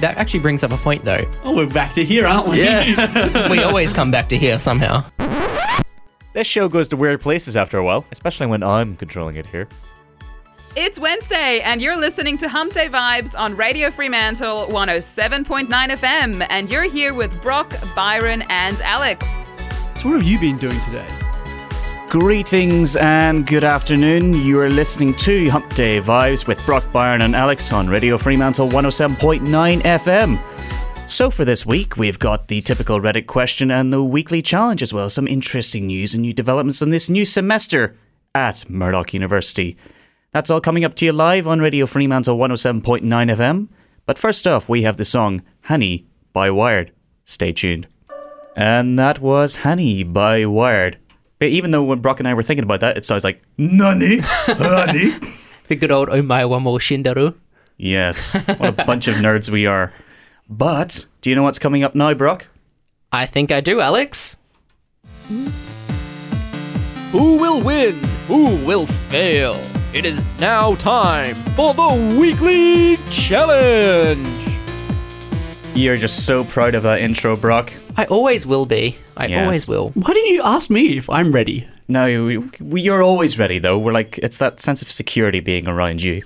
that actually brings up a point though. Oh, we're back to here, aren't we? We always come back to here somehow. This show goes to weird places after a while, especially when I'm controlling it here. It's Wednesday, and you're listening to Hump Day Vibes on Radio Fremantle 107.9 FM, and you're here with Brock, Byron, and Alex. so what have you been doing today? Greetings and good afternoon. You are listening to Hump Day Vibes with Brock Byron and Alex on Radio Fremantle 107.9 FM. So, for this week, we've got the typical Reddit question and the weekly challenge, as well as some interesting news and new developments in this new semester at Murdoch University. That's all coming up to you live on Radio Fremantle 107.9 FM. But first off, we have the song Honey by Wired. Stay tuned. And that was Honey by Wired. But even though when Brock and I were thinking about that, it sounds like Nani, Honey. The good old Omae wa mo Shindaru. yes, what a bunch of nerds we are. But do you know what's coming up now, Brock? I think I do, Alex. Who will win? Who will fail? It is now time for the weekly challenge. You're just so proud of that intro, Brock. I always will be. I Yes. always will. Why didn't you ask me if I'm ready? No, we, we, you're always ready though. We're like it's that sense of security being around you.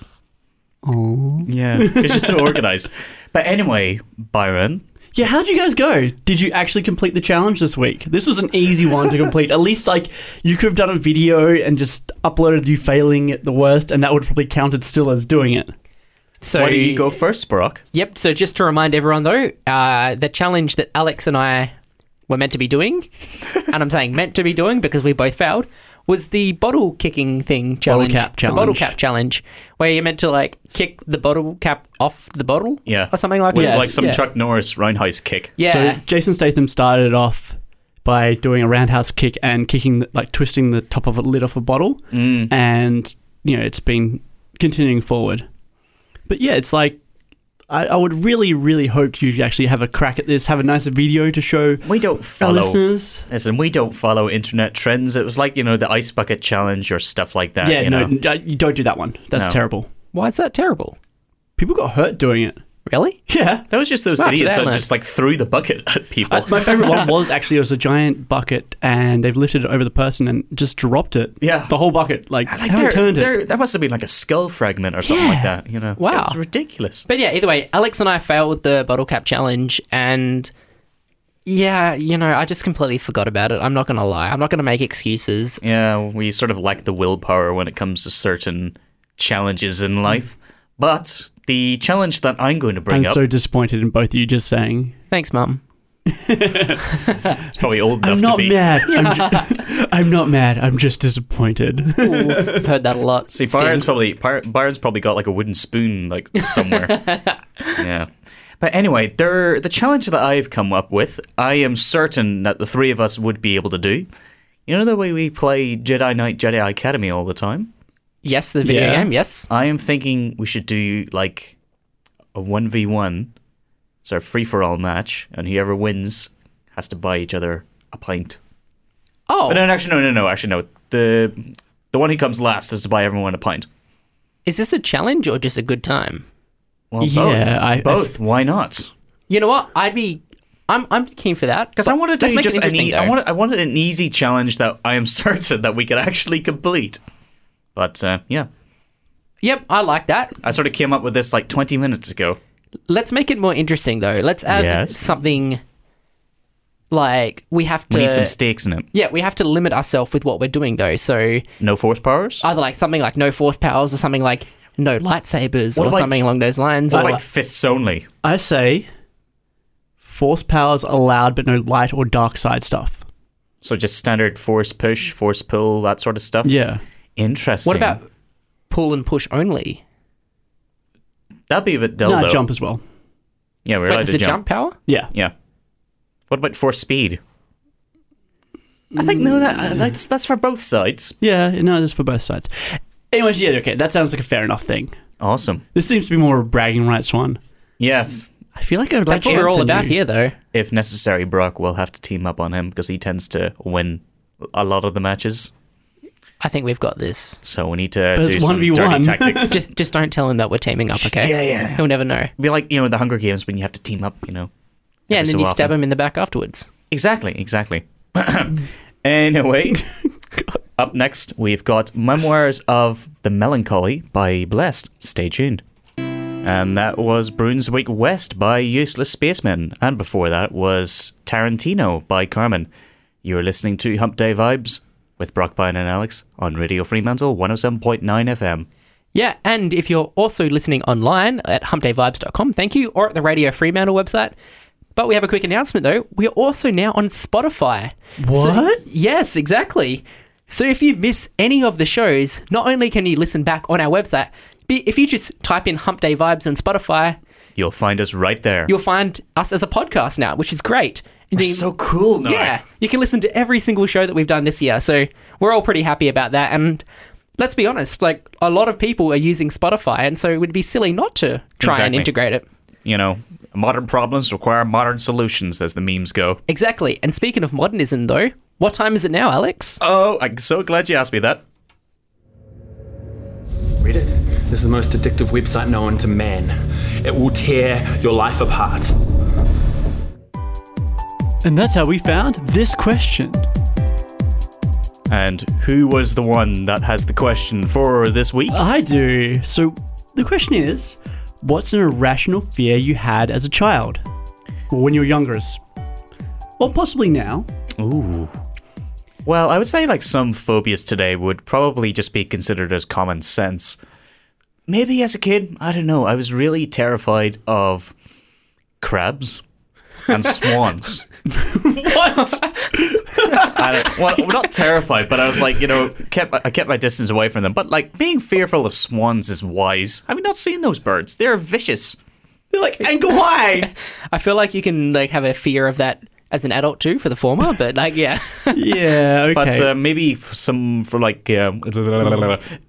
Oh. Yeah, because you're so organized. But anyway, Byron, Yeah, how'd you guys go? Did you actually complete the challenge this week? This was an easy one to complete. At least, like, you could have done a video and just uploaded you failing at the worst, and that would have probably counted still as doing it. So why do you go first, Brock? Yep. So just to remind everyone, though, uh, the challenge that Alex and I were meant to be doing, and I'm saying meant to be doing because we both failed, was the bottle kicking thing challenge. cap The bottle challenge. cap challenge, where you're meant to like kick the bottle cap off the bottle, Yeah, or something like With, that. like some yeah. Chuck Norris roundhouse kick. Yeah. So Jason Statham started it off by doing a roundhouse kick and kicking, like twisting the top of a lid off a bottle, Mm. and you know it's been continuing forward. But yeah, it's like I, I would really, really hope you actually have a crack at this, have a nice video to show We don't our follow. listeners. Listen, we don't follow internet trends. It was like you know the ice bucket challenge or stuff like that. yeah, you no, know? n- uh, you don't do that one. That's No. terrible. Why is that terrible? People got hurt doing it. Really? Yeah. That was just those Roger idiots that, that man. just like threw the bucket at people. My favorite one was actually it was a giant bucket and they've lifted it over the person and just dropped it. Yeah. The whole bucket. Like, like how there, it turned it. there, that must have been like a skull fragment or something like Yeah. that. You know, Wow. It was ridiculous. But yeah, either way, Alex and I failed the bottle cap challenge and yeah, you know, I just completely forgot about it. I'm not going to lie. I'm not going to make excuses. Yeah, we sort of lack the willpower when it comes to certain challenges in life. But the challenge that I'm going to bring I'm up so disappointed in both of you just saying Thanks, mum. is probably old enough I'm not to be. mad. I'm, ju- I'm not mad. I'm just disappointed. I've heard that a lot. See, Steve. Byron's probably Byr- Byron's probably got like a wooden spoon like somewhere. yeah. But anyway, there the challenge that I've come up with, I am certain that the three of us would be able to do. You know the way we play Jedi Knight Jedi Academy all the time? Yes, the video Yeah. game. Yes. I am thinking we should do like a one v one, so a free for all match, and whoever wins has to buy each other a pint. Oh, Oh, no, no, actually, no, no, no, actually, no. The the one who comes last is to buy everyone a pint. is this a challenge or just a good time? Well, Yeah, both. I- I- both. Why not? You know what? I'd be. I'm. I'm keen for that Because I want to Let's do make it just an interesting, e- I though. wanted I wanted an easy challenge that I am certain that we could actually complete. But uh, yeah, Yep, I like that. I sort of came up with this like 20 minutes ago. Let's make it more interesting though. Let's add Yes. something. Like we have to. We need some stakes in it. yeah, we have to limit ourselves with what we're doing though. So No force powers. either like something like no force powers or something like no lightsabers What or about- something along those lines. Or or like fists only. I say, force powers allowed, but no light or dark side stuff. So just standard force push, force pull, that sort of stuff. Yeah. Interesting. what about pull and push only? that'd be a bit dull No, though. jump as well. Yeah, we're Wait, allowed is to it jump. jump power? Yeah. Yeah. What about force speed? I think no, that uh, that's that's for both sides. Yeah. No, this is for both sides. Anyways, yeah, okay. That sounds like a fair enough thing. Awesome. This seems to be more of a bragging rights one. Yes. I feel like I would That's like what we're ants all in about you. here, though. If necessary, Brock will have to team up on him because he tends to win a lot of the matches. I think we've got this. So we need to But do it's some 1v1. dirty tactics. Just, just don't tell him that we're teaming up, okay? Yeah, yeah. He'll never know. Be like you know in the Hunger Games when you have to team up. You know. Yeah, every and then so you stab often. him in the back afterwards. Exactly. Exactly. anyway, up next we've got Memoirs of the Melancholy by Blessed. Stay tuned. And that was Brunswick West by Useless Spacemen. And before that was Tarantino by Carmen. You're listening to Hump Day Vibes with Brock Byrne and Alex on Radio Fremantle 107.9 FM. Yeah, and if you're also listening online at humpdayvibes.com, thank you, or at the Radio Fremantle website. But we have a quick announcement though. We're also now on Spotify. So- What? yes, exactly. So if you miss any of the shows, not only can you listen back on our website, but if you just type in Hump Day Vibes on Spotify, You'll find us right there. you'll find us as a podcast now, which is great. And you- cool now. yeah, you can listen to every single show that we've done this year. So we're all pretty happy about that. And let's be honest, like a lot of people are using Spotify, and so it would be silly not to try and Exactly. integrate it. You know, modern problems require modern solutions, as the memes go. Exactly. And speaking of modernism, though, what time is it now, Alex? Oh, I'm so glad you asked me that. Reddit is the most addictive website known to man. It will tear your life apart. And that's how we found this question. And who was the one that has the question for this week? I do. So the question is, what's an irrational fear you had as a child, or when you were younger, as- or possibly now? Ooh. Well, I would say like some phobias today would probably just be considered as common sense. Maybe as a kid, I don't know, I was really terrified of crabs and swans. What? I don't, well, well, not terrified, but I was like, you know, kept I kept my distance away from them. But like being fearful of swans is wise. I mean, not seeing those birds; they're vicious. They're like ankle wide. I feel like you can like have a fear of that as an adult too for the former, but like yeah. yeah. Okay. But uh, maybe f some for like uh,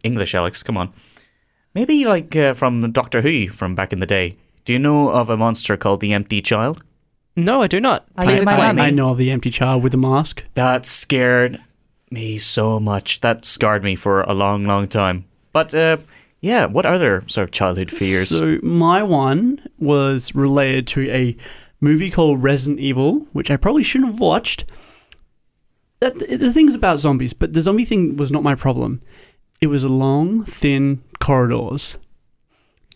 English, Alex. Come on. Maybe like uh, from Doctor Who from back in the day. Do you know of a monster called the Empty Child? no, I do not. yeah, Please my explain. mummy. I know of the empty child with the mask. That scared me so much. That scarred me for a long, long time. But uh, yeah, what other sort of childhood fears? So my one was related to a movie called Resident Evil, which I probably shouldn't have watched. That the things about zombies, but the zombie thing was not my problem. It was long, thin corridors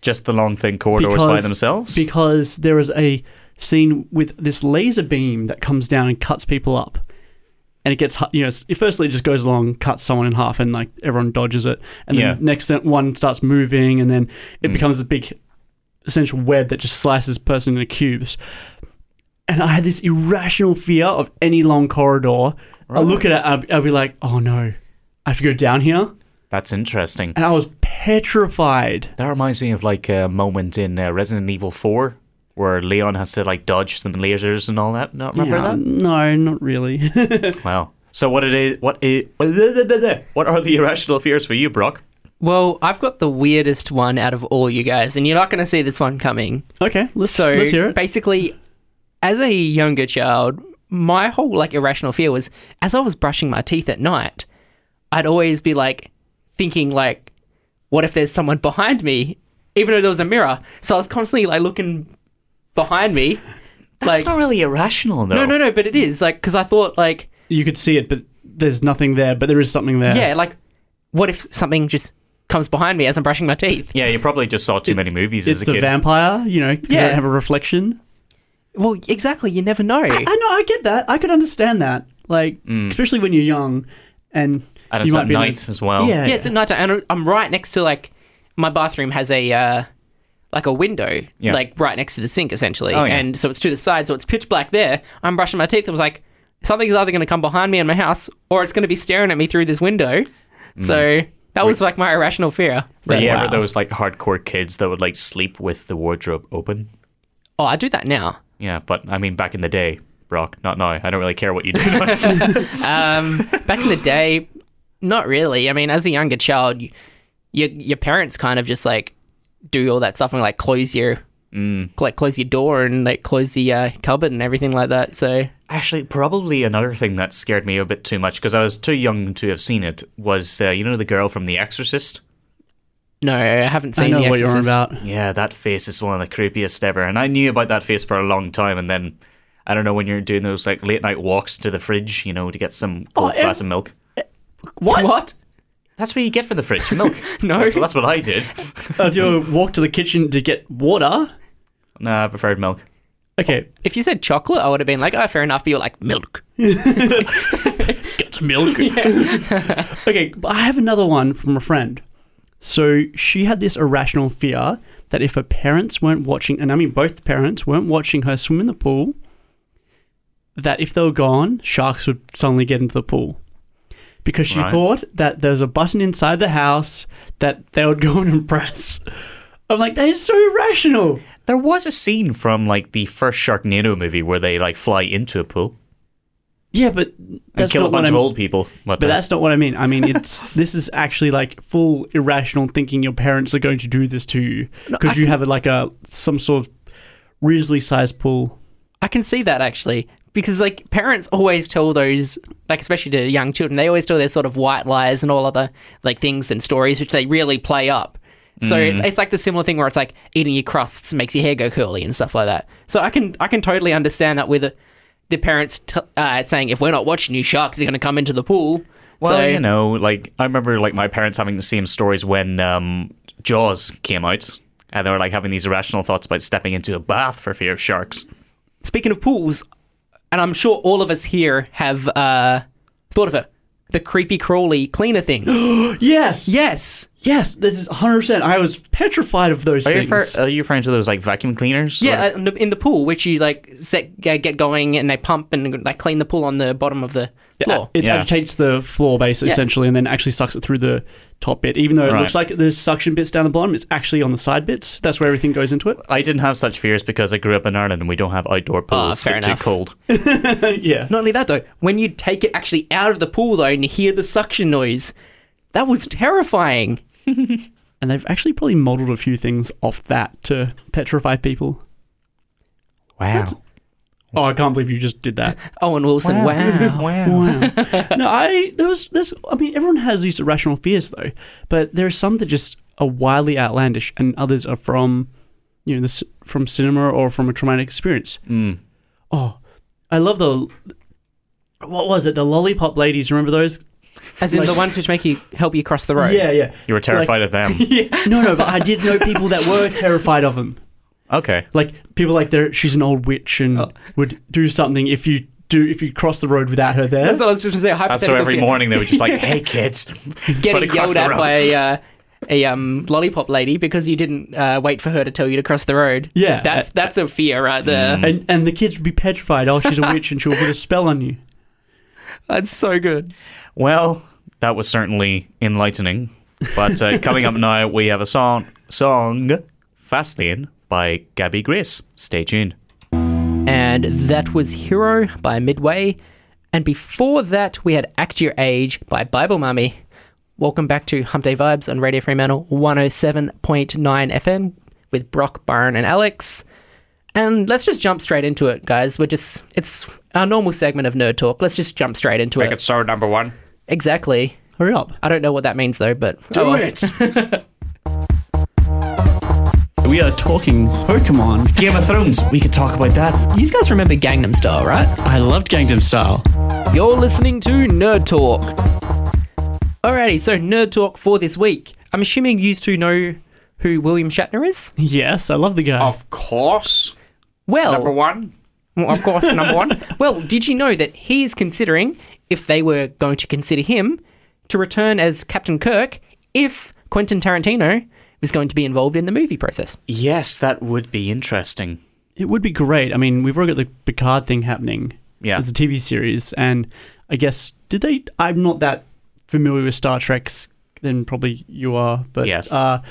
Just the long thin corridors by themselves? Because there is a scene with this laser beam that comes down and cuts people up, and it gets hu- you know it's- it firstly it just goes along, cuts someone in half, and like everyone dodges it, and then Yeah. Hmm. next thing- one starts moving, and then it becomes a big essential web that just slices the person into cubes. And I had this irrational fear of any long corridor. I look at it, I'll, I'll be like, oh no, I have to go down here, That's interesting. and I was petrified. That reminds me of like a moment in uh, Resident Evil 4 where Leon has to like dodge some lasers and all that. Not remember Yeah, that? Uh, No, not really. Wow. So what it is? What is? What are the irrational fears for you, Brock? Well, I've got the weirdest one out of all you guys, and you're not going to see this one coming. Okay, let's, so let's hear it. basically, as a younger child, my whole like irrational fear was as I was brushing my teeth at night, I'd always be like thinking like, what if there's someone behind me? Even though there was a mirror, so I was constantly like looking behind me. That's like, not really irrational, though. no, no, no, but it is like because I thought like you could see it, but there's nothing there, but there is something there. yeah, like what if something just comes behind me as I'm brushing my teeth? Yeah, you probably just saw too many movies It's as a a, kid. vampire, you know, 'cause Yeah. they have a reflection. Well, exactly. You never know. I know, I get that. I could understand that. Like, Mm. especially when you're young and and you it's might at be night as well. Yeah. yeah, it's at night time, and I'm right next to like my bathroom has a uh, like a window, Yeah. like right next to the sink essentially, Oh, yeah. and so it's to the side, so it's pitch black there. I'm brushing my teeth. and was like, something's either going to come behind me in my house, or it's going to be staring at me through this window. Mm. So that was like my irrational fear. Were But- you ever wow. those like hardcore kids that would like sleep with the wardrobe open? Oh, I do that now. Yeah, but I mean, back in the day, Brock. Not now. I don't really care what you do. Um, back in the day, not really. I mean, as a younger child, you, your your parents kind of just like do all that stuff and like close your like close your door and like close the uh, cupboard and everything like that. So Actually, probably another thing that scared me a bit too much because I was too young to have seen it was uh, you know the girl from The Exorcist. No, I haven't seen I know The what you're on Exorcist. about. Yeah, that face is one of the creepiest ever, and I knew about that face for a long time. And then I don't know when you're doing those like late night walks to the fridge, you know, to get some cold and- glass of milk. What? What? That's what you get from the fridge, milk. No. that's, that's what I did. Uh, do you walk to the kitchen to get water? no, I preferred milk. Okay, If you said chocolate, I would have been like, oh, fair enough. But you were like, milk. get milk. okay, but I have another one from a friend. So she had this irrational fear that if her parents weren't watching, and I mean both parents weren't watching her swim in the pool, that if they were gone, sharks would suddenly get into the pool. Because she Right. thought that there was a button inside the house that they would go in and press. I'm like, that is so irrational. There was a scene from like the first Sharknado movie where they like fly into a pool Yeah, but and that's kill a not what bunch of I'm- old people. But that's not what I mean. I mean, it's this is actually like full irrational thinking. Your parents are going to do this to you because you have like a some sort of reasonably sized pool. I can see that actually because like parents always tell those like especially to young children they always tell their sort of white lies and all other like things and stories which they really play up. So Mm. it's, it's like the similar thing where it's like eating your crusts makes your hair go curly and stuff like that. So I can I can totally understand that with the parents t- uh, saying if we're not watching you sharks are going to come into the pool. Well, so you know, like I remember, like my parents having the same stories when um, Jaws came out, and they were like having these irrational thoughts about stepping into a bath for fear of sharks. speaking of pools, and I'm sure all of us here have uh, thought of it. The creepy crawly cleaner things. Yes, yes. yes. This is 100. percent I was petrified of those Are you, things. refer- are you referring to those like vacuum cleaners? Yeah, Like- uh, in the- in the pool, which you like set uh, get going, and they pump and like clean the pool on the bottom of the floor. It Yeah. agitates the floor base essentially, and then actually sucks it through the top bit. Even though it Right. looks like the suction bits down the bottom, it's actually on the side bits. That's where everything goes into it. I didn't have such fears because I grew up in Ireland and we don't have outdoor pools. Ah, fair They're too enough. cold. Uh, yeah. Not only that though, when you take it actually out of the pool though, and you hear the suction noise, that was terrifying. And they've actually probably modeled a few things off that to petrify people. Wow. Mm. Oh, I can't believe you just did that. Owen Wilson, wow. Wow. no, I there was there's I mean everyone has these irrational fears though, but there are some that just are wildly outlandish, and others are from you know this from cinema or from a traumatic experience. Mm. Oh, I love the what was it the lollipop ladies? Remember those? As in the ones which make you help you cross the road. Yeah, yeah. You were terrified of them. Like, no, no, but I did know people that were terrified of them. Okay. Like people like there, she's an old witch and Oh. would do something if you do if you cross the road without her there. that's what I was just gonna say. a That's so Hypothetical every fear. morning they were just like, hey kids. put getting yelled across the at road." by a, uh, a um, lollipop lady because you didn't uh, wait for her to tell you to cross the road. Yeah. Mm. that's that's a fear right there. and and the kids would be petrified. Oh, she's a witch and she'll put a spell on you. That's so good. Well, that was certainly enlightening. But uh, coming up now, we have a song, song Fastlane by Gabby Grace. Stay tuned. And that was Hero by Midway. And before that, we had Act Your Age by Bible Mummy. Welcome back to Hump Day Vibes on Radio Fremantle 107.9 FM with Brock, Byron, and Alex. And let's just jump straight into it, guys. We're just, it's our normal segment of Nerd Talk. Let's just jump straight into it. so number one. Exactly. Hurry up! I don't know what that means though, but. oh Do Oh. We are talking Pokemon. Game of Thrones. We could talk about that. You guys remember Gangnam Style, right? I loved Gangnam Style. You're listening to Nerd Talk. Alrighty, so Nerd Talk for this week. I'm assuming you two know who William Shatner is? Yes, I love the Oh. guy. Of course. Well, Number one. well, of course, number one. Well, did you know that he is considering, if they were going to consider him, to return as Captain Kirk if Quentin Tarantino was going to be involved in the movie process? Yes, that would be interesting. It would be great. I mean, we've already got the Picard thing happening. Yeah. it's a TV series, and I guess did they? I'm not that familiar with Star Trek's than probably you are, but Yes. uh,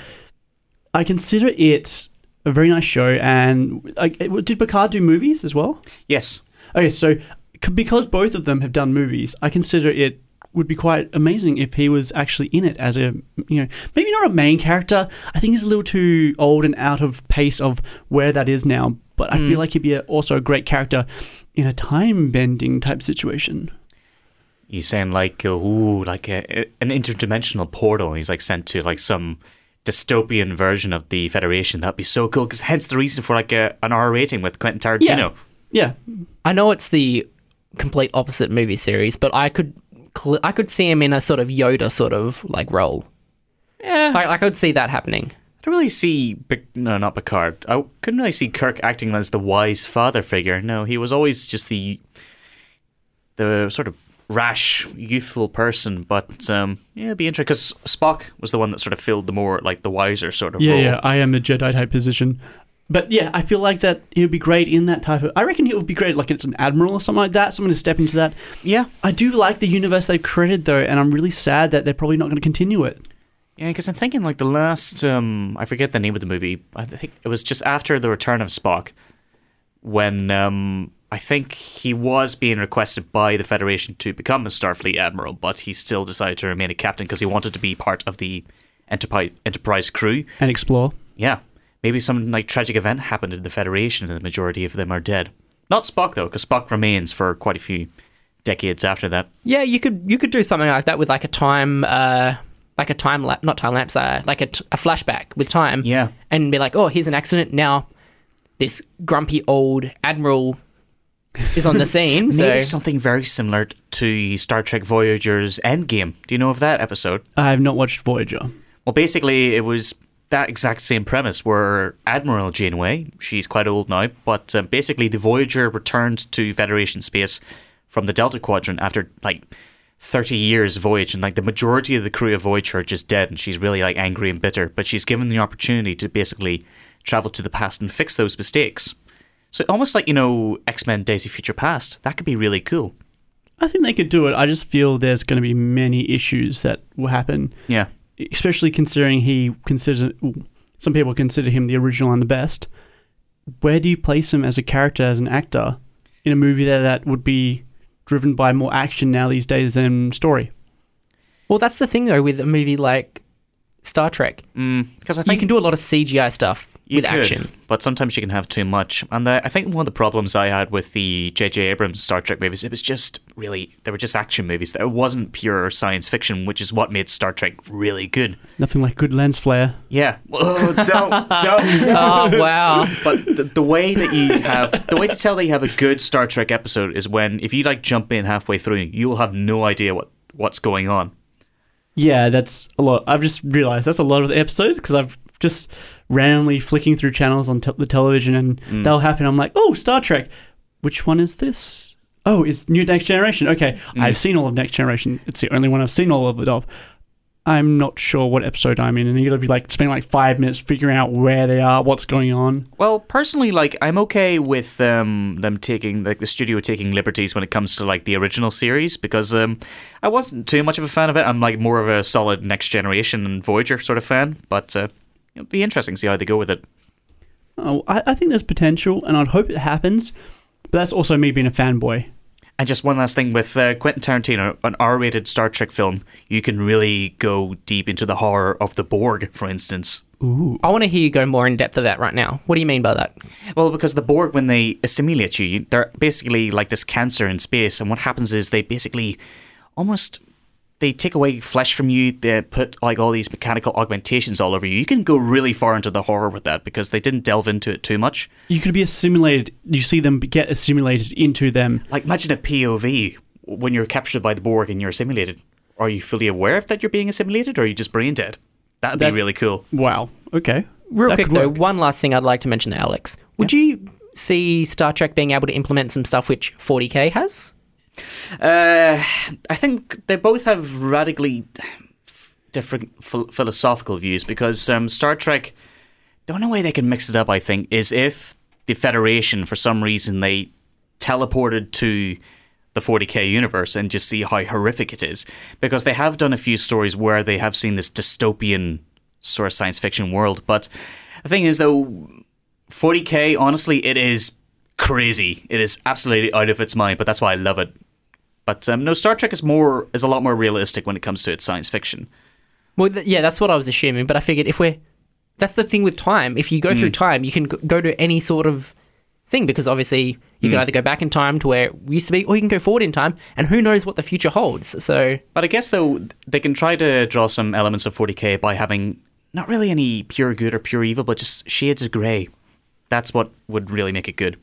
I consider it a very nice show. And like, it- did Picard do movies as well? Yes. Okay, so c- because both of them have done movies, I consider it would be quite amazing if he was actually in it as a you know maybe not a main character. I think he's a little too old and out of pace of where that is now. But I feel like he'd be a, also a great character in a time bending type situation. You sound like uh, ooh, like a, a- an interdimensional portal. He's like sent to like some dystopian version of the Federation. That'd be so cool. Because hence the reason for like a, an R rating with Quentin Tarantino. Yeah, I know it's the complete opposite movie series, but I could cl- I could see him in a sort of Yoda sort of like role. Yeah. Like, like I could see that happening. I don't really see Pic- no, not Picard. I couldn't really see Kirk acting as the wise father figure. No, he was always just the the sort of rash, youthful person. But um, yeah, it'd be interesting because Spock was the one that sort of filled the more like the wiser sort of yeah, role. yeah. I am a Jedi type position, but yeah, I feel like that he would be great in that type of. I reckon he would be great like it's an admiral or something like that. Someone to step into that. yeah, I do like the universe they've created though, and I'm really sad that they're probably not going to continue it. yeah. Because I'm thinking like the last um, I forget the name of the movie. I think it was just after the return of Spock when um, I think he was being requested by the Federation to become a Starfleet admiral, but he still decided to remain a captain because he wanted to be part of the Enterprise Enterprise crew. And explore. Yeah, maybe some like tragic event happened in the Federation, and the majority of them are dead. Not Spock though, because Spock remains for quite a few decades after that. Yeah, you could you could do something like that with like a time uh like a time lap not time lapse uh, like a, t- a flashback with time. Yeah. And be like, "Oh, here's an accident now. This grumpy old admiral is on the scene." so Maybe something very similar to Star Trek Voyager's Endgame. Do you know of that episode? I have not watched Voyager. Well, basically, it was that exact same premise where Admiral Janeway, she's quite old now, but um, basically the Voyager returned to Federation space from the Delta Quadrant after like 30 years voyage, and like the majority of the crew of Voyager are just dead, and she's really like angry and bitter. But she's given the opportunity to basically travel to the past and fix those mistakes. So almost like you know X Men: Days of Future Past, that could be really cool. I think they could do it. I just feel there's going to be many issues that will happen, Yeah, especially considering he considers ooh, some people consider him the original and the best. Where do you place him as a character, as an actor, in a movie that that would be driven by more action now these days than story? Well, that's the thing though with a movie like Star Trek. because Mm, I You think can do a lot of CGI stuff You with could, action. But sometimes you can have too much. And the, I think one of the problems I had with the J.J. Abrams Star Trek movies, it was just really, they were just action movies. There wasn't pure science fiction, which is what made Star Trek really good. Nothing like good lens flare. Yeah. Oh, don't, don't. Oh, wow. But the, the way that you have, the way to tell that you have a good Star Trek episode is when, if you like jump in halfway through, you will have no idea what, what's going on. Yeah, that's a lot. I've just realized that's a lot of the episodes because I've just randomly flicking through channels on te- the television and that'll happen. I'm like, oh, Star Trek. Which one is this? Oh, it's New Next Generation. Okay, I've seen all of Next Generation. It's the only one I've seen all of it of. I'm not sure what episode I'm in, and you're gonna be like spending like five minutes figuring out where they are, what's going on. Well, personally, like I'm okay with um, them taking like the studio taking liberties when it comes to like the original series because um, I wasn't too much of a fan of it. I'm like more of a solid Next Generation and Voyager sort of fan, but uh, it'll be interesting to see how they go with it. Oh, I, I think there's potential, and I'd hope it happens. But that's also me being a fanboy. And just one last thing with uh, Quentin Tarantino, an R-rated Star Trek film, you can really go deep into the horror of the Borg, for instance. I want to hear you go more in depth of that right now. What do you mean by that? Well, because the Borg, when they assimilate you, you, they're basically like this cancer in space. And what happens is they basically almost they take away flesh from you. They put like all these mechanical augmentations all over you. You can go really far into the horror with that because they didn't delve into it too much. You could be assimilated. You see them get assimilated into them. Like imagine a POV when you're captured by the Borg and you're assimilated. Are you fully aware of that you're being assimilated, or are you just brain dead? That'd be That's- really cool. Wow. Okay. Real That quick could though, work. one last thing I'd like to mention, to Alex. Would you see Star Trek being able to implement some stuff which 40k has? Uh, I think they both have radically different ph- philosophical views because um, Star Trek. The only way they can mix it up, I think, is if the Federation, for some reason, they teleported to the 40k universe and just see how horrific it is. Because they have done a few stories where they have seen this dystopian sort of science fiction world. But the thing is, though, 40k, honestly, it is crazy. It is absolutely out of its mind, but that's why I love it. But um, no, Star Trek is more is a lot more realistic when it comes to its science fiction. Well, th- yeah, that's what I was assuming, but I figured if we're that's the thing with time. If you go through time, you can g- go to any sort of thing because obviously You can either go back in time to where we used to be, or you can go forward in time, and who knows what the future holds. So But I guess though they can try to draw some elements of 40k by having not really any pure good or pure evil, but just shades of grey. That's what would really make it good.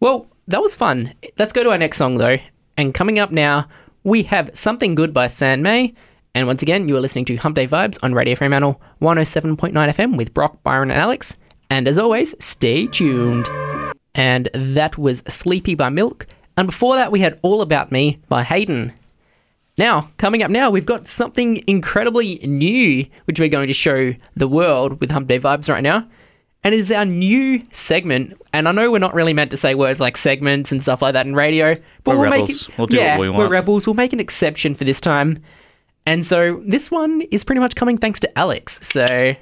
Well, that was fun. Let's go to our next song, though. And coming up now, we have Something Good by San May. And once again, you are listening to Hump Day Vibes on Radio Fremantle 107.9 FM with Brock, Byron, and Alex. And as always, stay tuned. And that was Sleepy by Milk. And before that, we had All About Me by Hayden. Now, coming up now, we've got something incredibly new, which we're going to show the world with Hump Day Vibes right now. And it is our new segment. And I know we're not really meant to say words like segments and stuff like that in radio, but We're we'll make rebels. it, We'll do what yeah, we We're want. rebels. We'll make an exception for this time. And so this one is pretty much coming thanks to Alex. So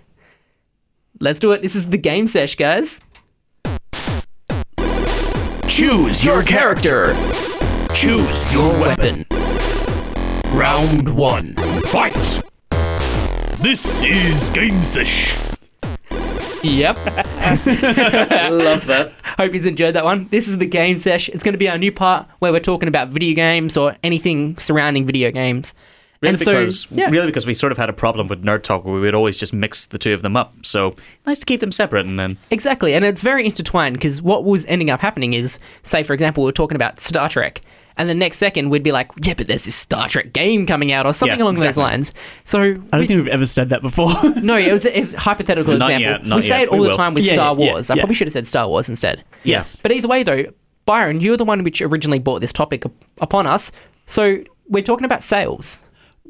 let's do it. This is the game sesh, guys. Choose your character. Choose your weapon. Round one. Fight! This is Game Sesh. Yep. Love that. Hope you've enjoyed that one. This is the game sesh. It's going to be our new part where we're talking about video games or anything surrounding video games. Really and so, because yeah. really because we sort of had a problem with nerd talk where we would always just mix the two of them up. So nice to keep them separate and then Exactly, and it's very intertwined because what was ending up happening is, say, for example, we are talking about Star Trek, and the next second we'd be like, yeah, but there's this Star Trek game coming out or something Yeah, along exactly. those lines. So, I don't think we've ever said that before. no, it was, it was a hypothetical Not example. yet, not we say yet. it all We the will. time with Yeah, Star yeah, yeah, Wars. I yeah. probably should have said Star Wars instead. Yes. But either way, though, Byron, you're the one which originally brought this topic up- upon us. So we're talking about sales.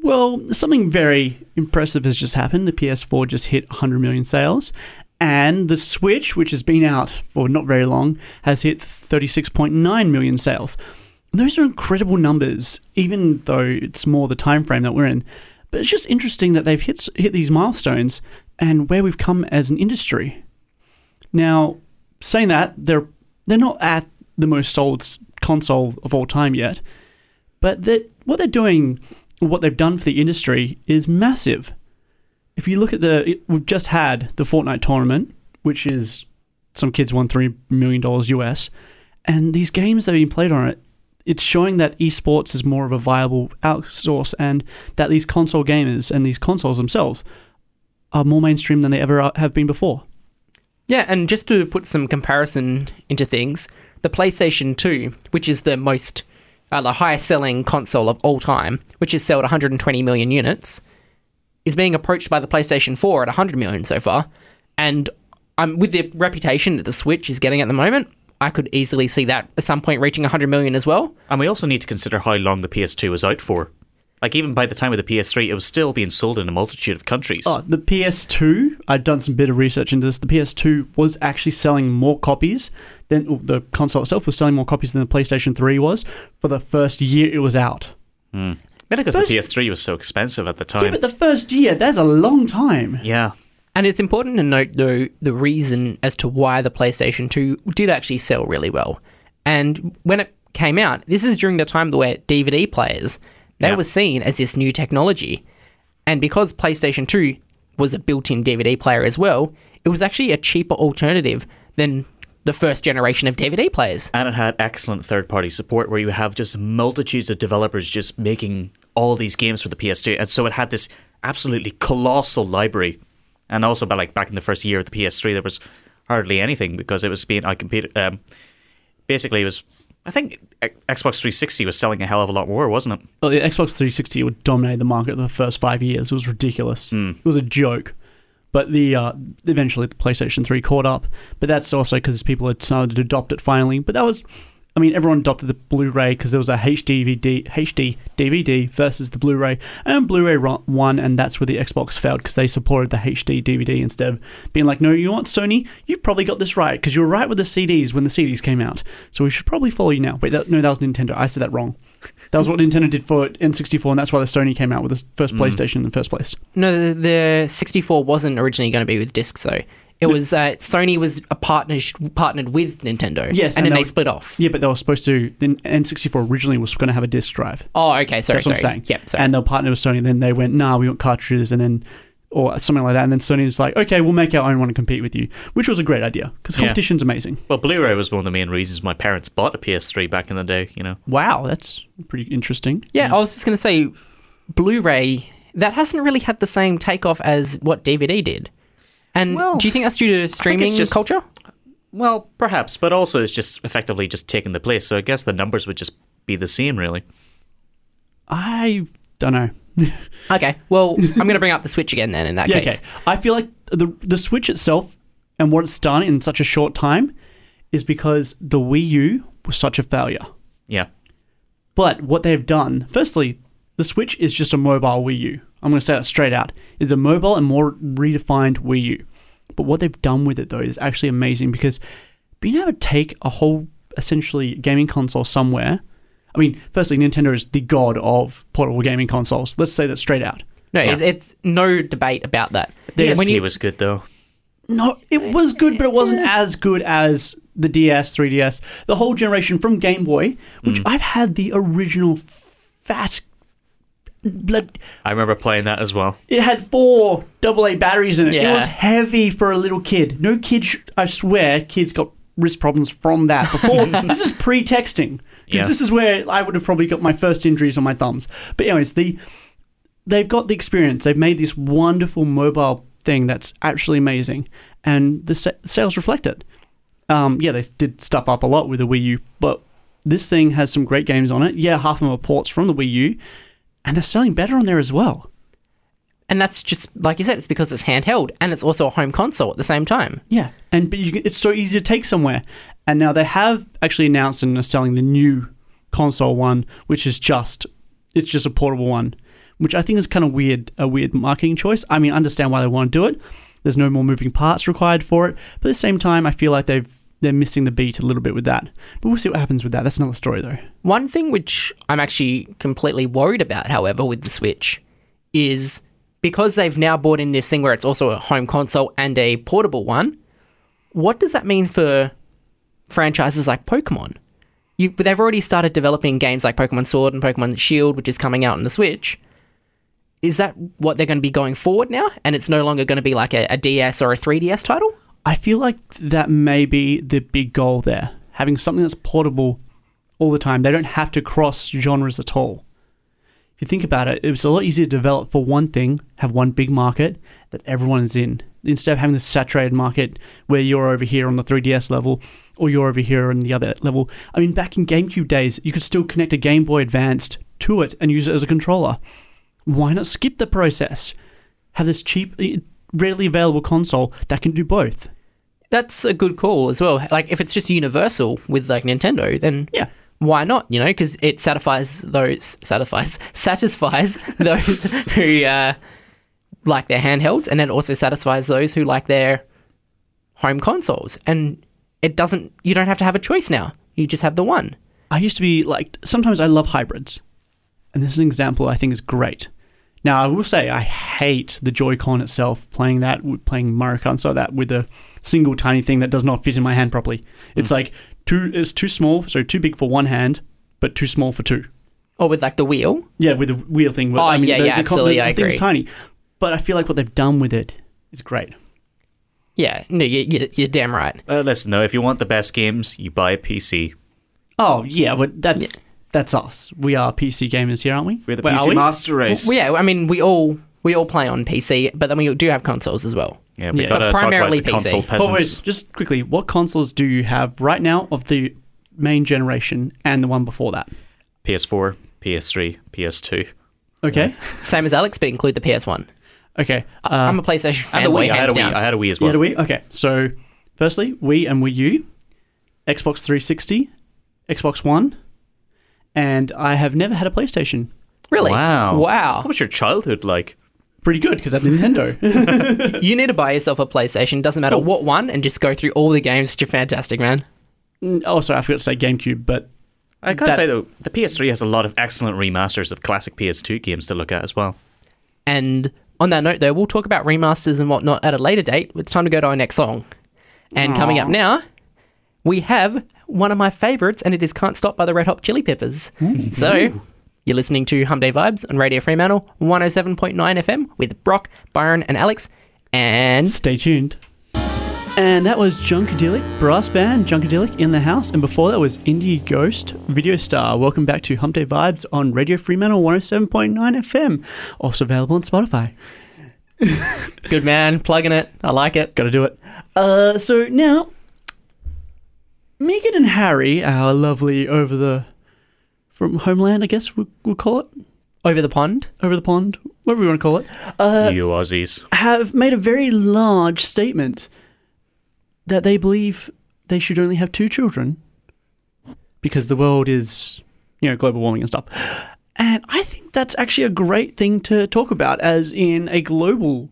Well, something very impressive has just happened. The PS4 just hit 100 million sales, and the Switch, which has been out for not very long, has hit 36.9 million sales. Those are incredible numbers, even though it's more the time frame that we're in. But it's just interesting that they've hit hit these milestones and where we've come as an industry. Now, saying that, they're they're not at the most sold s- console of all time yet, but that what they're doing, what they've done for the industry is massive. If you look at the, it- we've just had the Fortnite tournament, which is some kids won three million dollars US, and these games that have been played on it, it's showing that esports is more of a viable outsource, and that these console gamers and these consoles themselves are more mainstream than they ever are, have been before. Yeah, and just to put some comparison into things, the PlayStation 2, which is the most, uh, the highest selling console of all time, which has sold 120 million units, is being approached by the PlayStation 4 at 100 million so far. And um, with the reputation that the Switch is getting at the moment, I could easily see that at some point reaching 100 million as well. And we also need to consider how long the PS2 was out for. Like even by the time of the PS3, it was still being sold in a multitude of countries. Oh, the PS2. I've done some bit of research into this. The PS2 was actually selling more copies than oh, the console itself was selling more copies than the PlayStation 3 was for the first year it was out. Maybe because the Those- PS3 was so expensive at the Yeah, time. but the first year, that's a long time. Yeah. And it's important to note, though, the reason as to why the PlayStation 2 did actually sell really well. And when it came out, this is during the time where DVD players, they Yeah. were seen as this new technology. And because PlayStation 2 was a built-in DVD player as well, it was actually a cheaper alternative than the first generation of DVD players. And it had excellent third party support where you have just multitudes of developers just making all these games for the PS2. And so it had this absolutely colossal library. And also, but like back in the first year of the PS3, there was hardly anything because it was being outcompeted. Um, basically, it was. I think X- Xbox 360 was selling a hell of a lot more, wasn't it? Well, the Xbox 360 would dominate the market for the first five years. It was ridiculous. It was a joke. But the uh, eventually the PlayStation 3 caught up. But that's also because people had started to adopt it finally. But that was, I mean, everyone adopted the Blu-ray because there was a HDVD, HD DVD versus the Blu-ray, and Blu-ray ro- won, and that's where the Xbox failed because they supported the HD DVD instead of being like, no, you want Sony? You've probably got this right because you were right with the CDs when the CDs came out. So we should probably follow you now. Wait, that, no, that was Nintendo. I said that wrong. That was what Nintendo did for N64, and that's why the Sony came out with the first PlayStation in the first place. No, the, the 64 wasn't originally going to be with discs, though. It was uh, Sony was a partners partnered with Nintendo. Yes, and, and then that they was- split off. Yeah, but they were supposed to. The N64 originally was going to have a disc drive. Oh, okay. Sorry, That's what sorry. I'm saying. Yep. Sorry. And they'll partner with Sony. Then they went, nah, we want cartridges. And then or something like that. And then Sony's like, okay, we'll make our own one and compete with you, which was a great idea because Yeah. competition's amazing. Well, Blu-ray was one of the main reasons my parents bought a PS3 back in the day. You know, Wow, that's pretty interesting. Yeah, I was just going to say, Blu-ray that hasn't really had the same takeoff as what DVD did. And Well, do you think that's due to streaming just- culture? well, perhaps, but also it's just effectively just taking the place. So I guess the numbers would just be the same, really. I don't know. Okay, well, I'm going to bring up the Switch again then. In that Yeah, okay. case, I feel like the the Switch itself and what it's done in such a short time is because the Wii U was such a failure. Yeah, But what they've done, firstly, the Switch is just a mobile Wii U. I'm going to say that straight out. It's a mobile and more redefined Wii U. But what they've done with it, though, is actually amazing because being able to take a whole, essentially, gaming console somewhere. I mean, firstly, Nintendo is the god of portable gaming consoles. Let's say that straight out. no, it's, it's no debate about that. the When PSP you- was good though. No, it was good, but it wasn't as good as the DS, 3DS, the whole generation from Game Boy, which I've had the original fat blood. I remember playing that as well. It had four AA batteries in it. It was Yeah. heavy for a little kid. No kid, sh- I swear, kids got wrist problems from that before. this is pre texting. Because Yeah. this is where I would have probably got my first injuries on my thumbs. But, anyways, the they've got the experience. They've made this wonderful mobile thing that's actually amazing. And the sa- sales reflect it. Um, yeah, they did stuff up a lot with the Wii U, but this thing has some great games on it. Yeah, half of them are ports from the Wii U, and they're selling better on there as well. and that's just like you said, it's because it's handheld and it's also a home console at the same time. Yeah, and but you, can- it's so easy to take somewhere. And now they have actually announced and are selling the new console one, which is just it's just a portable one, which I think is kind of weird, a weird marketing choice. I mean, I understand why they want to do it. There's no more moving parts required for it, but at the same time, I feel like they've they're missing the beat a little bit with that. But we'll see what happens with that. That's another story though. One thing which I'm actually completely worried about, however, with the Switch is because they've now brought in this thing where it's also a home console and a portable one, what does that mean for franchises like Pokemon? You, but they've already started developing games like Pokemon Sword and Pokemon Shield, which is coming out on the Switch. Is that what they're going to be going forward now? And it's no longer going to be like a, a DS or a 3DS title? I feel like that may be the big goal there. Having something that's portable all the time. They don't have to cross genres at all. If you think about it, it's a lot easier to develop for one thing, have one big market that everyone is in, instead of having this saturated market where you're over here on the 3DS level or you're over here on the other level. I mean, back in GameCube days, you could still connect a Game Boy Advanced to it and use it as a controller. Why not skip the process? Have this cheap, readily available console that can do both. That's a good call as well. Like, if it's just universal with like Nintendo, then Yeah. why not? You know, because it satisfies those satisfies satisfies those who uh, like their handhelds, and it also satisfies those who like their home consoles. And it doesn't. You don't have to have a choice now. You just have the one. I used to be like sometimes I love hybrids, and this is an example I think is great. Now I will say I hate the Joy-Con itself. Playing that, playing Mario Kart, and so that with a single tiny thing that does not fit in my hand properly. Mm-hmm. It's like too it's too small, so too big for one hand, but too small for two. Or with like the wheel. Yeah, with the wheel thing. Oh, yeah, the, yeah, the con- absolutely, The, I the thing's agree. tiny, but I feel like what they've done with it is great. Yeah. No, you, you, you're damn right. Uh, listen, though, if you want the best games, you buy a PC. Oh yeah, but that's that's us. We are PC gamers here, aren't we? We're the Wait, are PC we? master race. Well, yeah. I mean, we all we all play on PC, but then we do have consoles as well. yeah, we Yeah. gotta But talk about primarily the console PC. But peasants. wait, just quickly, what consoles do you have right now of the main generation and the one before that? PS4, PS3, PS2. Okay. Same as Alex, but include the PS One. Okay. um, I'm a PlayStation And the fanboy, Wii. Ah. I had hands a Wii. down. I had a Wii as You well. had a Wii? Okay. So, firstly, Wii and Wii U, Xbox 360, Xbox One, and I have never had a PlayStation. Really? Wow. What Wow. was your childhood like? Pretty good because that's Nintendo. You need to buy yourself a PlayStation, doesn't matter what one, and just go through all the games, which are fantastic, man. oh, sorry, I forgot to say GameCube, but I gotta That- say though, the PS3 has a lot of excellent remasters of classic PS2 games to look at as well. And on that note, though, we'll talk about remasters and whatnot at a later date. It's time to go to our next song. And coming up now, we have one of my favorites, and it is Can't Stop by the Red Hot Chili Peppers. So You're listening to Hump Day Vibes on Radio Fremantle 107.9 FM with Brock, Byron, and Alex. And Stay tuned. And that was Junkadelic, brass band Junkadelic in the house. And before that was Indie Ghost, Video Star. Welcome back to Hump Day Vibes on Radio Fremantle 107.9 FM. Also available on Spotify. good man, plugging it. I like it. Gotta do it. Uh, so now, Megan and Harry, our lovely over the from homeland, I guess we'll, we'll call it, Over the pond. over the pond, whatever you want to call it, you Aussies. have made a very large statement that they believe they should only have two children because the world is, you know, global warming and stuff. And I think that's actually a great thing to talk about, as in a global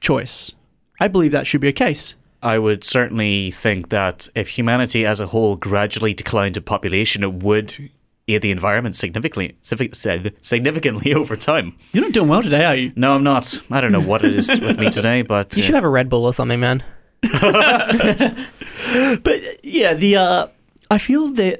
choice. I believe that should be a case. I would certainly think that if humanity as a whole gradually declined in population, it would aid the environment significantly, signifi- significantly over time. You're not doing well today, are you? No, I'm not. I don't know what it is with me today, but uh, You should have a Red Bull or something, man. But yeah, the uh, I feel that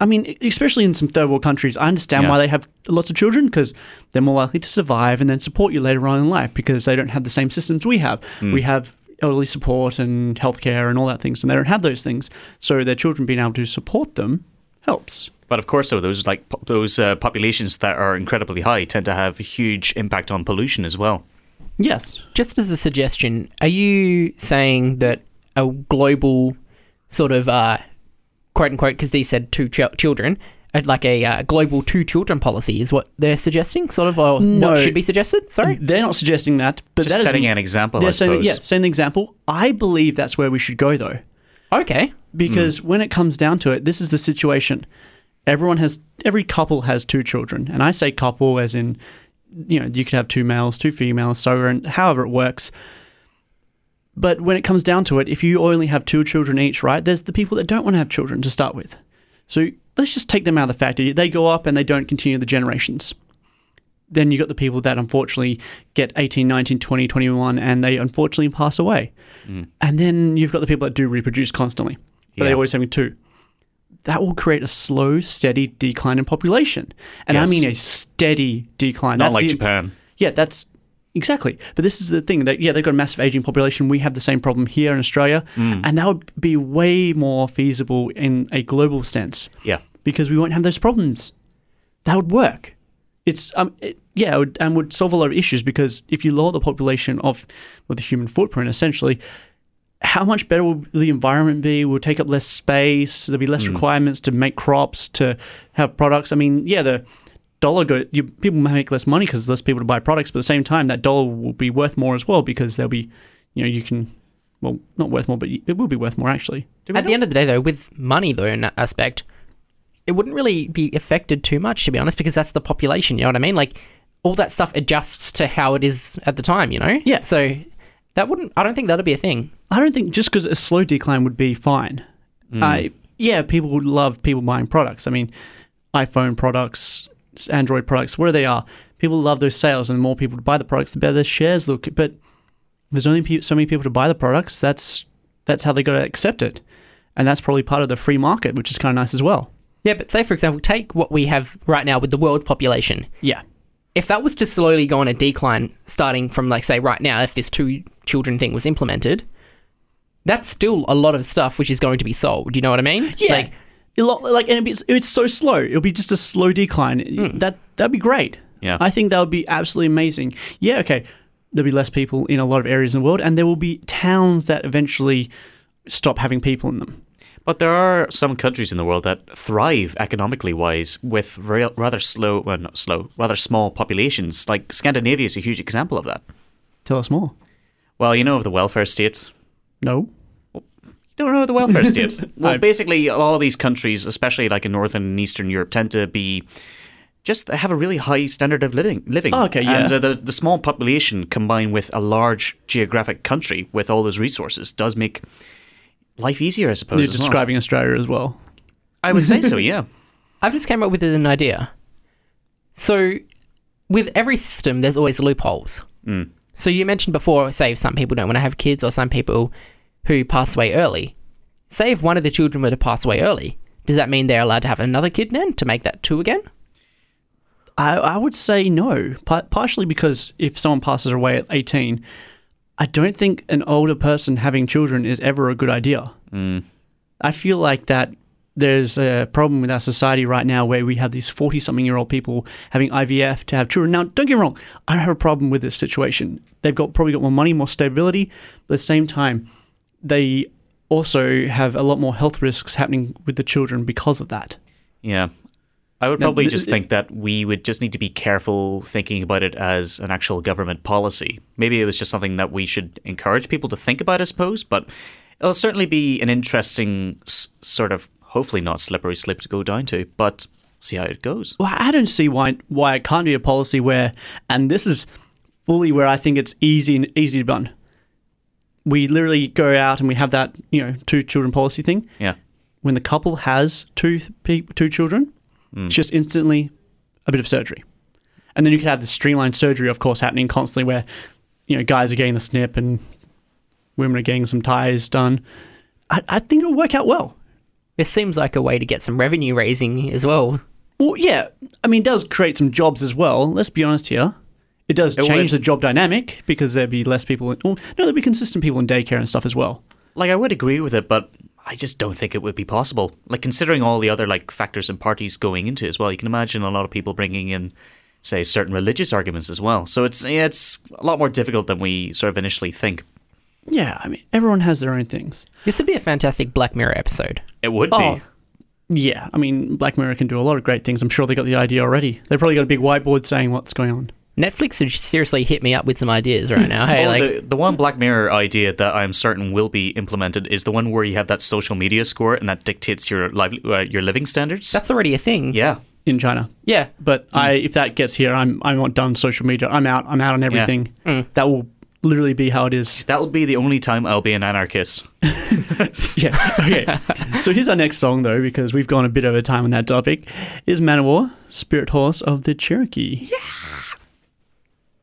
I mean, e, especially in some third world countries, I understand Yeah. why they have lots of children because they're more likely to survive and then support you later on in life because they don't have the same systems we have. Hmm. We have elderly support and healthcare and all that things, and they don't have those things. So their children being able to support them helps. But of course, though those like po- those uh, populations that are incredibly high tend to have a huge impact on pollution as well. Yes. Just as a suggestion, are you saying that a global sort of uh, quote unquote, because they said two ch- children, uh, like a uh, global two children policy is what they're suggesting, sort of, or No. what should be suggested? Sorry. They're not suggesting that, but Just that is- setting an example, I They're saying, suppose. yeah, setting an example. I believe that's where we should go, though. Okay. because Hmm. when it comes down to it, this is the situation. Everyone has every couple has two children, and I say couple as in, you know, you could have two males, two females, so on, however it works. But when it comes down to it, if you only have two children each, right? There's the people that don't want to have children to start with. So let's just take them out of the factor. They go up and they don't continue the generations. Then you got the people that unfortunately get 18, 19, 20, 21, and they unfortunately pass away. And then you've got the people that do reproduce constantly, but Yeah. they're always having two. That will create a slow, steady decline in population. And I Yes. mean a steady decline. Not That's like the- Japan. yeah, that's exactly. But this is the thing that yeah, they've got a massive aging population. We have the same problem here in Australia, Mm. and that would be way more feasible in a global sense Yeah. because we won't have those problems. That would work. It's um it, yeah, it would, and would solve a lot of issues because if you lower the population of well, the human footprint, essentially, how much better will the environment be? We'll take up less space. There'll be less requirements to make crops to have products. I mean, yeah, the dollar go you, people may make less money because there's less people to buy products, but at the same time, that dollar will be worth more as well because there'll be, you know, you can. Well, not worth more, but it will be worth more actually. Do we At the end of the day, though, with money, though, in that aspect, it wouldn't really be affected too much, to be honest, because that's the population. You know what I mean? Like, all that stuff adjusts to how it is at the time, you know? Yeah. So that wouldn't, I don't think that'd be a thing. I don't think just because a slow decline would be fine. I yeah, people would love people buying products. I mean, iPhone products, Android products, where they are, people love those sales, and the more people buy the products, the better their shares look. But there's only pe- so many people to buy the products. That's that's how they got to accept it, and that's probably part of the free market, which is kind of nice as well. Yeah, but say, for example, take what we have right now with the world's population. Yeah, If that was to slowly go on a decline, starting from, like, say, right now, if this two children thing was implemented, that's still a lot of stuff which is going to be sold. You know what I mean? yeah. Like, a lot, like and it'd be, it's so slow. It'll be just a slow decline. That that'd be great. Hmm. Yeah. I think that would be absolutely amazing. Yeah, okay. There'll be less people in a lot of areas in the world, and there will be towns that eventually stop having people in them. But there are some countries in the world that thrive economically wise with ra- rather slow, well, not slow, rather small populations. Like Scandinavia is a huge example of that. Tell us more. Well, you know of the welfare state. No. don't know the welfare state. well, I- basically, all these countries, especially like in northern and eastern Europe, tend to be just they have a really high standard of living. living. Oh, okay, And yeah. uh, the, the small population combined with a large geographic country with all those resources does make life easier, I suppose. You're as well. describing Australia as well. I would say so, yeah. I've just came up with an idea. So, with every system, there's always loopholes. So you mentioned before, say if some people don't want to have kids, or some people who pass away early. Say if one of the children were to pass away early, does that mean they're allowed to have another kid then to make that two again? I, I would say no, par- partially because if someone passes away at 18, I don't think an older person having children is ever a good idea. I feel like that there's a problem with our society right now where we have these 40 something year old people having IVF to have children. Now, don't get me wrong, I don't have a problem with this situation. They've got probably got more money, more stability, but at the same time, they also have a lot more health risks happening with the children because of that. Yeah. I would probably th- just th- think that we would just need to be careful thinking about it as an actual government policy. Maybe it was just something that we should encourage people to think about, I suppose, but it'll certainly be an interesting s- sort of, hopefully not slippery slope to go down to, but see how it goes. Well, I don't see why why it can't be a policy where, and this is fully where I think it's easy and easy to done. We literally go out and we have that you know two children policy thing. Yeah. When the couple has two th- pe- two children, it's just instantly a bit of surgery, and then you could have the streamlined surgery, of course, happening constantly where you know guys are getting the snip and women are getting some ties done. I, I think it'll work out well. This seems like a way to get some revenue raising as well. Well, yeah. I mean, it does create some jobs as well. Let's be honest here. It does change the job dynamic because there'd be less people. In, oh, no, there'd be consistent people in daycare and stuff as well. Like, I would agree with it, but I just don't think it would be possible. Like, considering all the other, like, factors and parties going into it as well, you can imagine a lot of people bringing in, say, certain religious arguments as well. So it's, yeah, it's a lot more difficult than we sort of initially think. Yeah, I mean, everyone has their own things. This would be a fantastic Black Mirror episode. It would Oh, be. yeah. I mean, Black Mirror can do a lot of great things. I'm sure they got the idea already. They probably got a big whiteboard saying what's going on. Netflix should seriously hit me up with some ideas right now. Hey, Well, like, the, the one Black Mirror idea that I'm certain will be implemented is the one where you have that social media score and that dictates your lively, uh, your living standards. that's already a thing. yeah, in China. Yeah. But I, if that gets here, I'm I'm not done social media. I'm out. I'm out on everything. That will literally be how it is. that'll be the only time I'll be an anarchist. Yeah. Okay. so here's our next song, though, because we've gone a bit over time on that topic. Is Manowar, Spirit Horse of the Cherokee. Yeah.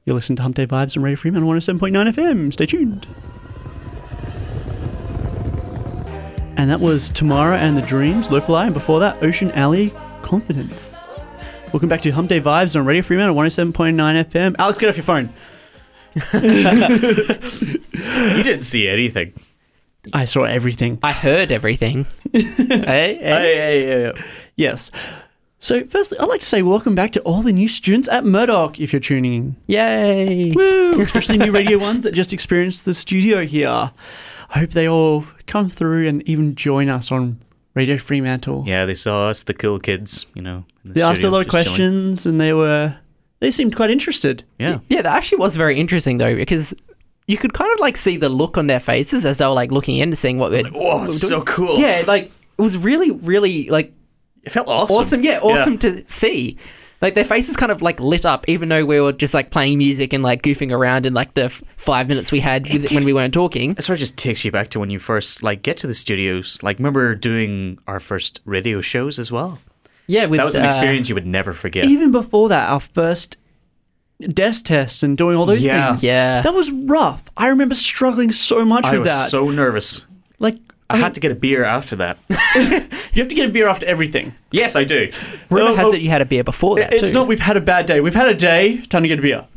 You're listening to Hump Day Vibes and Radio Freeman on 107.9 FM. Stay tuned. And that was Tamara and the Dreams, Lo-Fi, and before that, Ocean Alley, Confidence. Welcome back to Hump Day Vibes on Radio Freeman on 107.9 FM. Alex, get off your phone. You didn't see anything. I saw everything. I heard everything. hey, hey. Yes. So, firstly, I'd like to say welcome back to all the new students at Murdoch if you're tuning in. Yay. Woo! Especially new radio ones that just experienced the studio here. I hope they all come through and even join us on Radio Fremantle. Yeah, they saw us, the cool kids, you know. in the They asked a studio, lot of just chilling. questions and they were, they seemed quite interested. Yeah. Yeah, that actually was very interesting though, because you could kind of like see the look on their faces as they were like looking in to seeing what they're. Whoa, Oh, it's so cool. Yeah, like it was really, really like It felt awesome. awesome. Yeah, awesome to see. Like their faces kind of like lit up, even though we were just like playing music and like goofing around in like the f- five minutes we had with, when we weren't talking. It sort of just takes you back to when you first like get to the studios. Like remember doing our first radio shows as well. Yeah, with, That was an uh, experience you would never forget. Even before that, our first desk tests and doing all those Yeah. things. Yeah. That was rough. I remember struggling so much I with was that. so nervous. like, I had to get a beer after that. you have to get a beer after everything. yes, I do. rumor Oh, has oh. it you had a beer before that It's too. not we've had a bad day. We've had a day. Time to get a beer.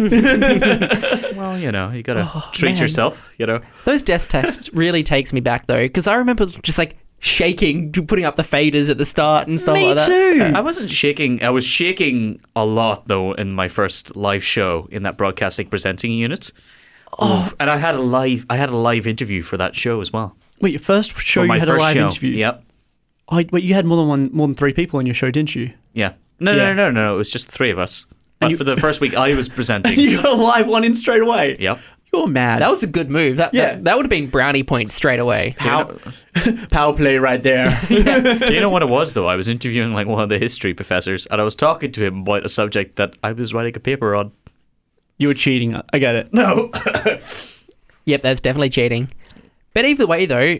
Well, you know, you gotta Oh, treat yourself. You know, Those desk tests really takes me back though, because I remember just like shaking, putting up the faders at the start and stuff like that. Uh, I wasn't shaking. I was shaking a lot though in my first live show in that broadcasting presenting unit. Oh. and I had a live. I had a live interview for that show as well. Wait, your first show for Oh, you my had a first live show. interview. Yep. Oh, wait, you had more than one, more than three people in your show, didn't you? Yeah. No, Yeah. no, no, no, no. It was just the three of us. But you- for the first week, I was presenting. You got a live one in straight away. yep. You're mad. That was a good move. That Yeah. that, that would have been brownie points straight away. power, power play right there. Do you know what it was though? I was interviewing like one of the history professors, and I was talking to him about a subject that I was writing a paper on. you were cheating. I- I get it. No. Yep, that's definitely cheating. But either way, though,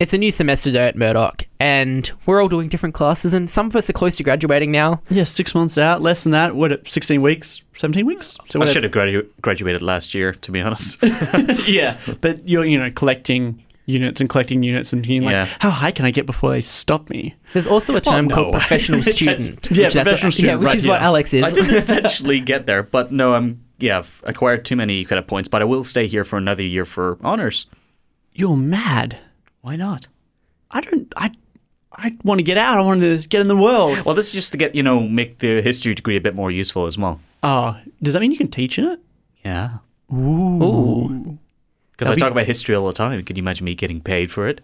it's a new semester though at Murdoch, and we're all doing different classes, and some of us are close to graduating now. Yeah, six months out, less than that. What, 16 weeks, 17 weeks? So I what- should have gradu- graduated last year, to be honest. Yeah, but you're, you know, collecting units and collecting units and being like, Yeah. how high can I get before they stop me? There's also a term Oh, no. called professional It's- student. yeah, which that's professional what, Yeah, student, which right, is what yeah. Alex I is. didn't intentionally get there, but no, I'm yeah, I've acquired too many credit points, but I will stay here for another year for honors. You're mad. Why not? I don't. I. I want to get out. I want to get in the world. Well, this is just to get you know make the history degree a bit more useful as well. Oh, does that mean you can teach in it? Yeah, Ooh. because I talk about history all the time. Could you imagine me getting paid for it?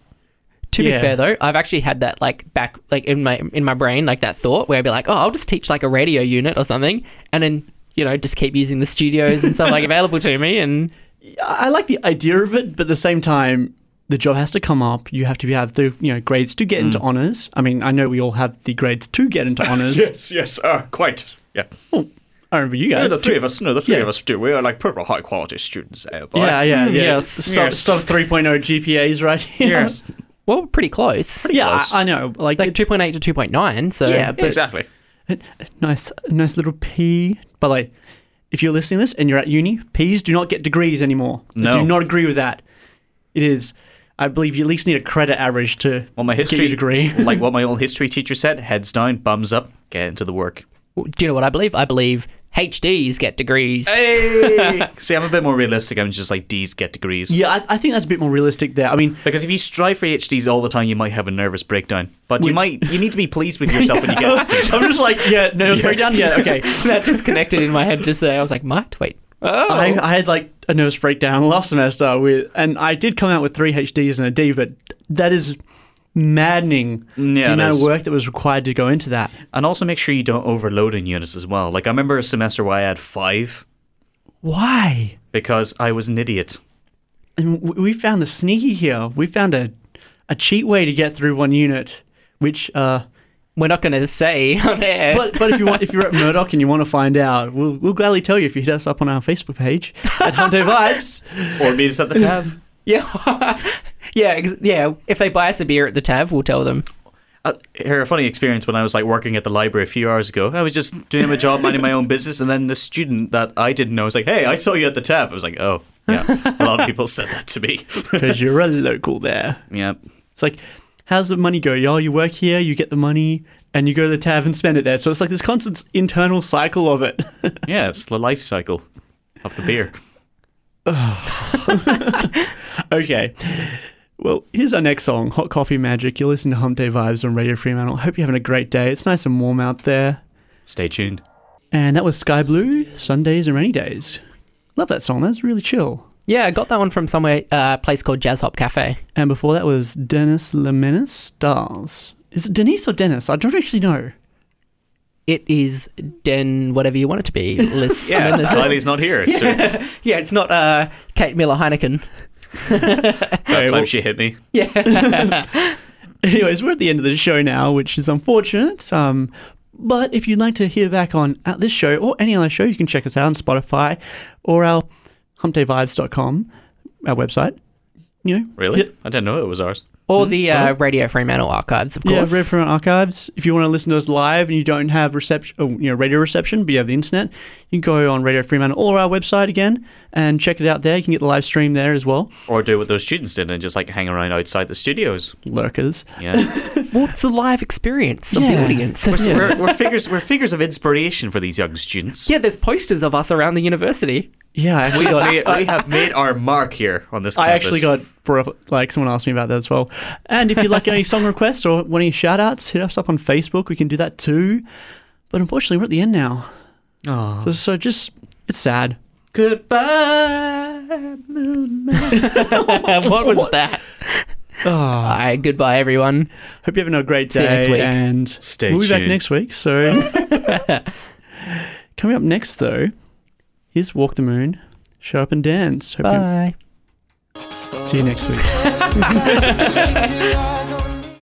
To Yeah. be fair though, I've actually had that like back like in my in my brain like that thought where I'd be like, oh, I'll just teach like a radio unit or something, and then you know just keep using the studios and stuff like available to me, and I I like the idea of it, but at the same time, the job has to come up. You have to have the you know grades to get Mm. into honors. I mean, I know we all have the grades to get into honors. Yes, yes, uh, quite. Yeah, I remember you yeah guys. the three of us. No, the three yeah. of us do. We are like proper high quality students. eh, boy. Yeah, yeah, yeah. yes. Sub, Yes. sub 3.0 GPAs right here. Yes, well, pretty close. Yeah, close. I, I know. Like, like it's- two point eight to two point nine. So Yeah, but- exactly. nice, nice little P. But like, if you're listening to this and you're at uni, P's do not get degrees anymore. No. I do not agree with that. It is, I believe, you at least need a credit average to Well, my get your history degree. like what my old history teacher said: heads down, bums up, get into the work. do you know what I believe? I believe HDs get degrees. See, I'm a bit more realistic. I'm just like D's get degrees. yeah, I, I think that's a bit more realistic there. I mean, Because if you strive for HDs all the time, you might have a nervous breakdown. But you might you need to be pleased with yourself when you get this I'm just like, yeah, no, Yes. yes. breakdown. Yeah, okay. that just connected in my head just there. I was like, Mike, wait. Oh, I, I had like a nervous breakdown last semester with, and I did come out with three HDs and a D, but that is maddening. Yeah, it the amount is. of work that was required to go into that. And also make sure you don't overload in units as well. Like I remember a semester where I had five Why? because I was an idiot. and w- we found the sneaky here. We found a a cheat way to get through one unit, which uh, we're not going to say on air. but but if you want if you're at Murdoch and you want to find out, we'll we'll gladly tell you if you hit us up on our Facebook page at Hunter Vibes. Or meet us at the tab. yeah, yeah, ex- yeah. If they buy us a beer at the Tav, we'll tell them. Uh, here, a funny experience when I was like working at the library a few hours ago. I was just doing my job, minding my own business, and then the student that I didn't know was like, "Hey, I saw you at the tab." I was like, "Oh, yeah." A lot of people said that to me. because you're a local there. yeah. It's like, how's the money go? Y'all, you work here, you get the money, and you go to the tab and spend it there. So it's like this constant internal cycle of it. Yeah, it's the life cycle of the beer. okay. Well, here's our next song, Hot Coffee Magic. You listen to Hump Day Vibes on Radio Fremantle. Hope you're having a great day. It's nice and warm out there. Stay tuned. And that was Sky Blue, Sundays and Rainy Days. Love that song. That's really chill. Yeah, I got that one from somewhere, uh, a place called Jazz Hop Cafe. And before that was Dennis Lemenis Stars. Is it Denise or Dennis? I don't actually know. It is Den, whatever you want it to be. Liz Yeah, Simmons. Lily's not here, so yeah, it's not uh, Kate Miller Heineken. that well- time she hit me. Anyways, we're at the end of the show now, which is unfortunate. Um, but if you'd like to hear back on at this show or any other show, you can check us out on Spotify or our humpdayvibes.com, our website. You know, Really? hit- I didn't know it was ours. Or the uh, Radio Fremantle archives, of Yeah, course. Radio Fremantle Archives. If you want to listen to us live and you don't have reception, oh, you know, radio reception, but you have the internet, you can go on Radio Fremantle or our website again and check it out there. You can get the live stream there as well. Or do what those students did and just like hang around outside the studios. Lurkers. Yeah, well, it's a live experience of the Yeah. audience. we're, we're figures. We're figures of inspiration for these young students. yeah, there's posters of us around the university. Yeah, I actually we, got. we- we have made our mark here on this. Campus. I actually got brought up, like someone asked me about that as well. And if you'd like any song requests or want any shout outs, hit us up on Facebook. We can do that too. But unfortunately, we're at the end now. So, so just, it's sad. goodbye. what was that? Oh, All right, goodbye, everyone. hope you're having a great day. See you next week. And Stay we'll be back tuned. next week. So coming up next, though, here's Walk the Moon, Shut Up and Dance. Hope you- Bye. see you next week. Eyes